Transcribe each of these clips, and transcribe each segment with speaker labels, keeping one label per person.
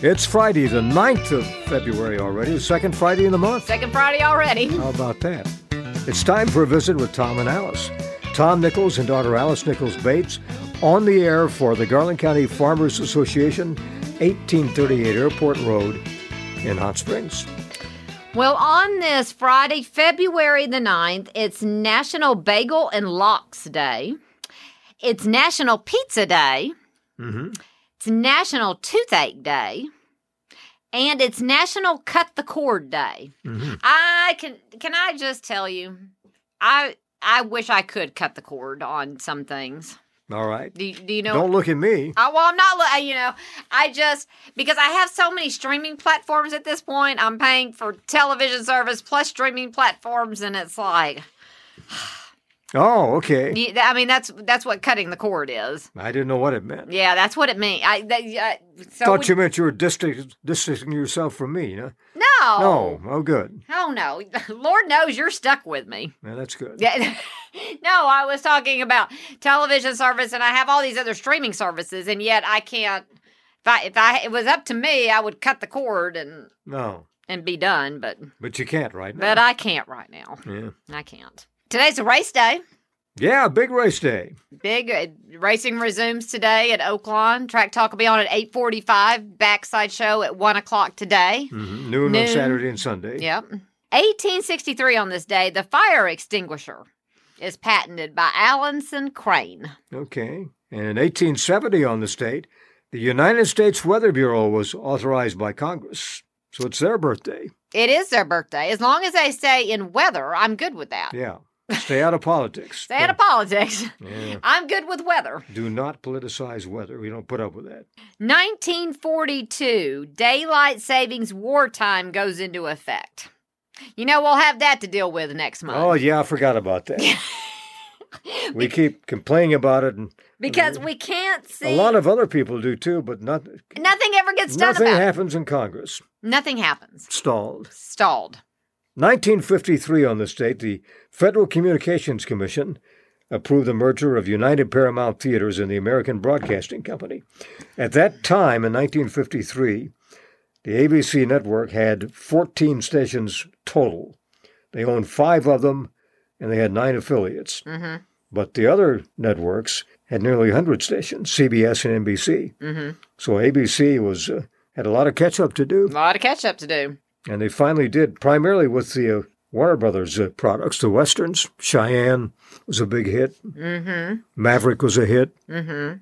Speaker 1: It's Friday, the 9th of February already, the second Friday in the month.
Speaker 2: Second Friday already.
Speaker 1: How about that? It's time for a visit with Tom and Alice. Tom Nichols and daughter Alice Nichols Bates on the air for the Garland County Farmers Association, 1838 Airport Road in Hot Springs.
Speaker 2: Well, on this Friday, February the 9th, it's National Bagel and Lox Day. It's National Pizza Day.
Speaker 1: Mm-hmm.
Speaker 2: It's National Toothache Day. And it's National Cut the Cord Day.
Speaker 1: Mhm.
Speaker 2: I can can I just tell you, I I wish I could cut the cord on some things.
Speaker 1: All right.
Speaker 2: Do, you- do you know?
Speaker 1: Don't look at me.
Speaker 2: I, well, I'm not. li- You know, I just because I have so many streaming platforms at this point. I'm paying for television service plus streaming platforms, and it's like,
Speaker 1: Oh, okay.
Speaker 2: you- I mean, that's that's what cutting the cord is.
Speaker 1: I didn't know what it meant.
Speaker 2: Yeah, that's what it means. I, that, yeah, so
Speaker 1: Thought
Speaker 2: would-
Speaker 1: you meant you were distan- distancing yourself from me. Huh?
Speaker 2: no,
Speaker 1: No. Oh, good.
Speaker 2: no, no. Lord knows you're stuck with me.
Speaker 1: Yeah, that's good.
Speaker 2: Yeah. no, I was talking about television service, and I have all these other streaming services, and yet I can't. If I if I it was up to me, I would cut the cord and
Speaker 1: No,
Speaker 2: and be done, but.
Speaker 1: but you can't right now.
Speaker 2: But I can't right now.
Speaker 1: yeah.
Speaker 2: I can't. Today's a race day.
Speaker 1: yeah, big race day.
Speaker 2: Big uh, racing resumes today at Oaklawn. Track talk will be on at eight forty-five. Backside show at one o'clock today.
Speaker 1: hmm Noon,
Speaker 2: Noon.
Speaker 1: on Saturday and Sunday.
Speaker 2: Yep. Eighteen sixty-three on this day, the fire extinguisher is patented by Allenson Crane.
Speaker 1: Okay. And in 1870 on the state, the United States Weather Bureau was authorized by Congress. So it's their birthday.
Speaker 2: It is their birthday. As long as they stay in weather, I'm good with that.
Speaker 1: Yeah. Stay out of politics.
Speaker 2: Stay out of politics.
Speaker 1: Yeah.
Speaker 2: I'm good with weather.
Speaker 1: Do not politicize weather. We don't put up with that.
Speaker 2: 1942, daylight savings wartime goes into effect. You know, we'll have that to deal with next month.
Speaker 1: Oh, yeah, I forgot about that. we keep complaining about it, and
Speaker 2: because we can't see.
Speaker 1: Mm-hmm. a lot of other people do too, but not,
Speaker 2: nothing ever gets done
Speaker 1: nothing
Speaker 2: about it.
Speaker 1: happens in Congress.
Speaker 2: Nothing happens.
Speaker 1: Stalled.
Speaker 2: Stalled.
Speaker 1: 1953 on this date, the Federal Communications Commission approved the merger of United Paramount Theaters and the American Broadcasting Company. At that time, in 1953, the ABC network had 14 stations total. They owned five of them, and they had nine affiliates.
Speaker 2: hmm
Speaker 1: But the other networks had nearly 100 stations, CBS and NBC.
Speaker 2: hmm
Speaker 1: So ABC was uh, had a lot of catch up to do.
Speaker 2: A lot of catch up to do.
Speaker 1: And they finally did, primarily with the uh, Warner Brothers uh, products, the Westerns. Cheyenne was a big hit.
Speaker 2: hmm
Speaker 1: Maverick was a hit.
Speaker 2: hmm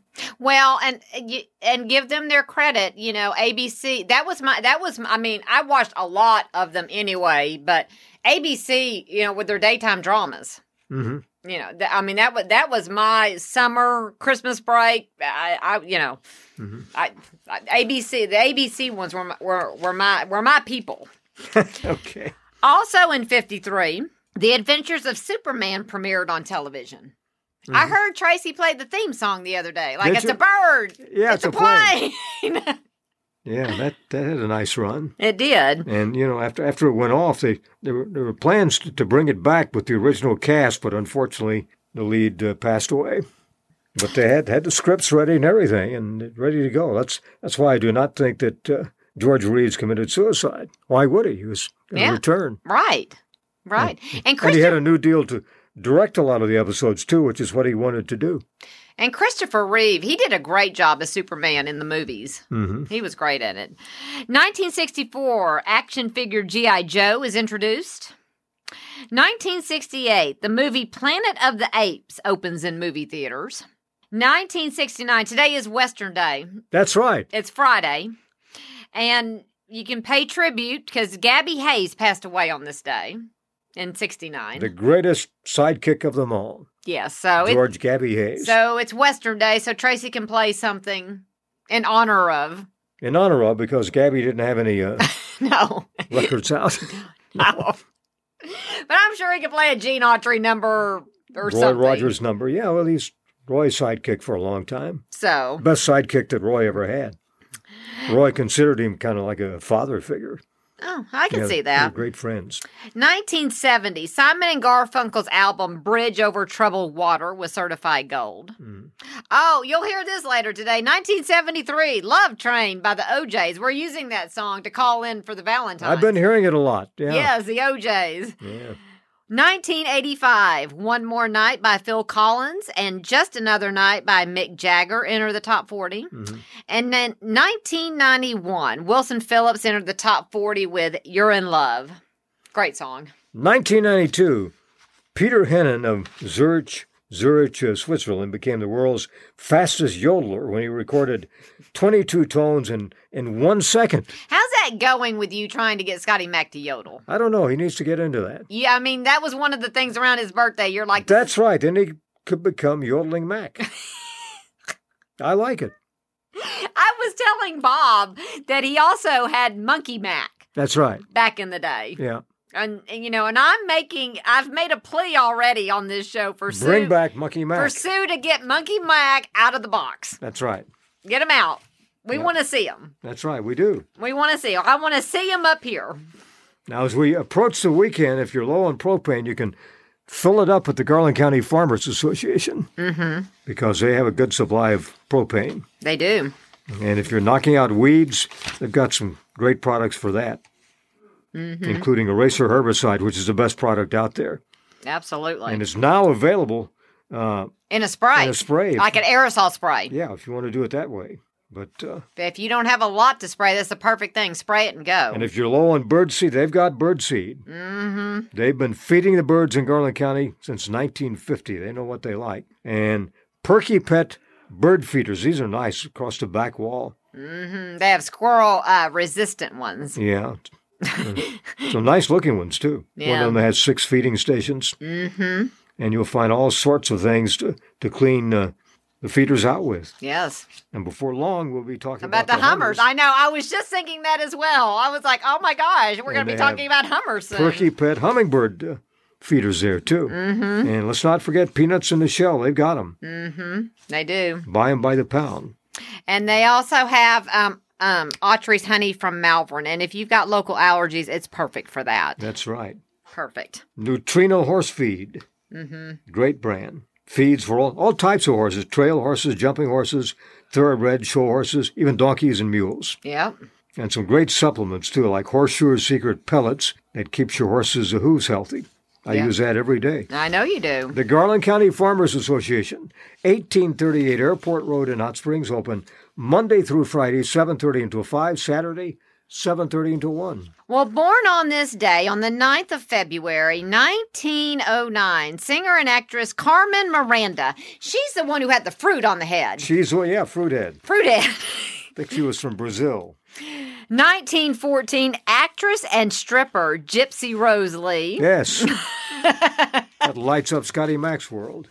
Speaker 2: Well, and y- and give them their credit. You know, ABC. That was my. That was. my- I mean, I watched a lot of them anyway. But ABC, you know, with their daytime dramas.
Speaker 1: hmm
Speaker 2: you know, th- I mean that was that was my summer Christmas break. I, I you know,
Speaker 1: Mhm.
Speaker 2: I, I ABC the ABC ones were my, were were my were my people.
Speaker 1: Okay.
Speaker 2: Also in '53, The Adventures of Superman premiered on television. I heard Tracy play the theme song the other day.
Speaker 1: Mm-hmm.
Speaker 2: Like
Speaker 1: Did
Speaker 2: it's
Speaker 1: you?
Speaker 2: a bird,
Speaker 1: Yeah,
Speaker 2: it's, a plane.
Speaker 1: Yeah, that, that had a nice run.
Speaker 2: it did.
Speaker 1: And, you know, after after it went off, they, there, were, there were plans to, to bring it back with the original cast, but unfortunately, the lead uh, passed away. But they had, had the scripts ready and everything and ready to go. That's that's why I do not think that uh, George Reeves committed suicide. Why would he? He was going to
Speaker 2: Yeah.
Speaker 1: return.
Speaker 2: Right, right. And
Speaker 1: Mm. And he
Speaker 2: Christopher
Speaker 1: had a new deal to direct a lot of the episodes too, which is what he wanted to do.
Speaker 2: and Christopher Reeve, he did a great job as Superman in the movies.
Speaker 1: Mm-hmm.
Speaker 2: He was great at it. 1964, action figure G.I. Joe is introduced. 1968, the movie Planet of the Apes opens in movie theaters. 1969, today is Western Day.
Speaker 1: That's right.
Speaker 2: It's Friday. And you can pay tribute because Gabby Hayes passed away on this day in 69.
Speaker 1: The greatest sidekick of them all,
Speaker 2: yeah, so Oh, it,
Speaker 1: George Gabby Hayes.
Speaker 2: so it's Western Day, so Tracy can play something in honor of.
Speaker 1: In honor of, because Gabby didn't have any uh,
Speaker 2: No.
Speaker 1: records out.
Speaker 2: No. but I'm sure he could play a Gene Autry number or
Speaker 1: Roy
Speaker 2: something.
Speaker 1: Rogers' number. Yeah, well, he's Roy's sidekick for a long time.
Speaker 2: So
Speaker 1: Best sidekick that Roy ever had. Roy considered him kind of like a father figure.
Speaker 2: Oh, I can
Speaker 1: Yeah,
Speaker 2: see
Speaker 1: they
Speaker 2: that.
Speaker 1: were Great friends.
Speaker 2: 1970, Simon and Garfunkel's album Bridge Over Troubled Water was certified gold.
Speaker 1: Mm.
Speaker 2: Oh, you'll hear this later today. 1973, Love Train by the OJs. We're using that song to call in for the Valentine's.
Speaker 1: I've been hearing it a lot. Yeah.
Speaker 2: Yes, the OJs.
Speaker 1: Yeah.
Speaker 2: 1985, One More Night by Phil Collins and Just Another Night by Mick Jagger enter the top 40. And then 1991, Wilson Phillips entered the top 40 with You're in Love. Great song.
Speaker 1: 1992, Peter Hennen of Zurich, Zurich, uh, Switzerland, became the world's fastest yodeler when he recorded 22 tones in, in one second.
Speaker 2: How's that going with you trying to get Scotty Mack to yodel?
Speaker 1: I don't know. He needs to get into that.
Speaker 2: Yeah, I mean, that was one of the things around his birthday. You're like,
Speaker 1: That's right. Then he could become Yodeling Mac. I like it.
Speaker 2: I was telling Bob that he also had Monkey Mac
Speaker 1: That's right.
Speaker 2: back in the day.
Speaker 1: Yeah.
Speaker 2: And, and, you know, and I'm making, I've made a plea already on this show for
Speaker 1: Bring
Speaker 2: Sue,
Speaker 1: back Monkey
Speaker 2: for
Speaker 1: Mac.
Speaker 2: Sue to get Monkey Mac out of the box.
Speaker 1: That's right.
Speaker 2: Get him out. We
Speaker 1: Yeah.
Speaker 2: want to see him.
Speaker 1: That's right. We do.
Speaker 2: We want to see him. I want to see him up here.
Speaker 1: Now, as we approach the weekend, if you're low on propane, you can fill it up at the Garland County Farmers Association mm-hmm. because they have a good supply of propane.
Speaker 2: They do.
Speaker 1: And if you're knocking out weeds, they've got some great products for that, including Eraser Herbicide, which is the best product out there.
Speaker 2: Absolutely.
Speaker 1: And it's now available
Speaker 2: in a spray.
Speaker 1: in a spray.
Speaker 2: Like an aerosol spray.
Speaker 1: yeah, if you want to do it that way. But uh,
Speaker 2: If you don't have a lot to spray, that's the perfect thing. Spray it and go.
Speaker 1: And if you're low on bird seed, they've got bird seed. Mm-hmm. They've been feeding the birds in Garland County since 1950. They know what they like. And Perky Pet bird feeders. These are nice across the back wall.
Speaker 2: they have squirrel uh, resistant ones.
Speaker 1: Yeah. Some nice looking ones, too. One
Speaker 2: Yeah.
Speaker 1: of them has six feeding stations. Mm-hmm. And you'll find all sorts of things to, to clean uh, the feeders out with.
Speaker 2: Yes.
Speaker 1: And before long, we'll be talking
Speaker 2: About
Speaker 1: about,
Speaker 2: the, hummers. I know. I was just thinking that as well. I was like, oh my gosh, we're going
Speaker 1: And
Speaker 2: to be
Speaker 1: they have
Speaker 2: talking about hummers soon.
Speaker 1: Perky Pet hummingbird uh, feeders there too. Mm-hmm. And let's not forget peanuts in the shell. They've got them.
Speaker 2: They do.
Speaker 1: Buy them by the pound.
Speaker 2: And they also have um, um, Autry's honey from Malvern. And if you've got local allergies, it's perfect for that.
Speaker 1: That's right.
Speaker 2: Perfect.
Speaker 1: Neutrino horse feed. Mm-hmm. Great brand. Feeds for all, all types of horses trail horses, jumping horses, thoroughbred show horses, even donkeys and mules.
Speaker 2: Yep.
Speaker 1: And some great supplements too, like Horseshoer's Secret Pellets that keeps your horses' hooves healthy. I
Speaker 2: Yeah.
Speaker 1: use that every day.
Speaker 2: I know you do.
Speaker 1: The Garland County Farmers Association, 1838 Airport Road in Hot Springs, open Monday through Friday, 7:30 until 5, Saturday, 7:30 until 1.
Speaker 2: Well, born on this day, on the 9th of February, 1909, singer and actress Carmen Miranda. She's the one who had the fruit on the head.
Speaker 1: She's oh yeah, Fruithead.
Speaker 2: Fruit head.
Speaker 1: I think she was from Brazil.
Speaker 2: 1914, actress and stripper Gypsy Rose Lee.
Speaker 1: Yes. that lights up Scotty Mack's world.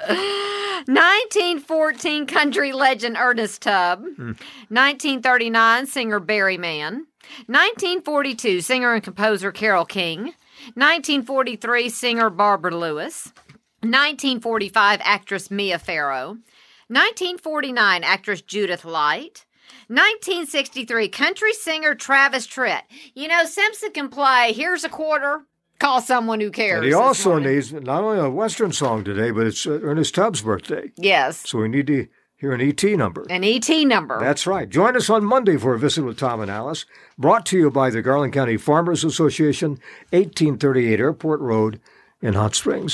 Speaker 2: 1914, country legend Ernest Tubb.
Speaker 1: Hmm.
Speaker 2: 1939, singer Barry Mann. 1942, singer and composer Carol King. 1943, singer Barbara Lewis. 1945, actress Mia Farrow. 1949, actress Judith Light. 1963, country singer Travis Tritt. You know, Simpson can play Here's a Quarter, Call Someone Who Cares.
Speaker 1: And he
Speaker 2: this
Speaker 1: also
Speaker 2: morning.
Speaker 1: needs not only a western song today, but it's uh, Ernest Tubbs' birthday.
Speaker 2: Yes,
Speaker 1: So we need to hear an ET number.
Speaker 2: an ET number.
Speaker 1: That's right. Join us on Monday for a visit with Tom and Alice, brought to you by the Garland County Farmers Association, 1838 Airport Road in Hot Springs.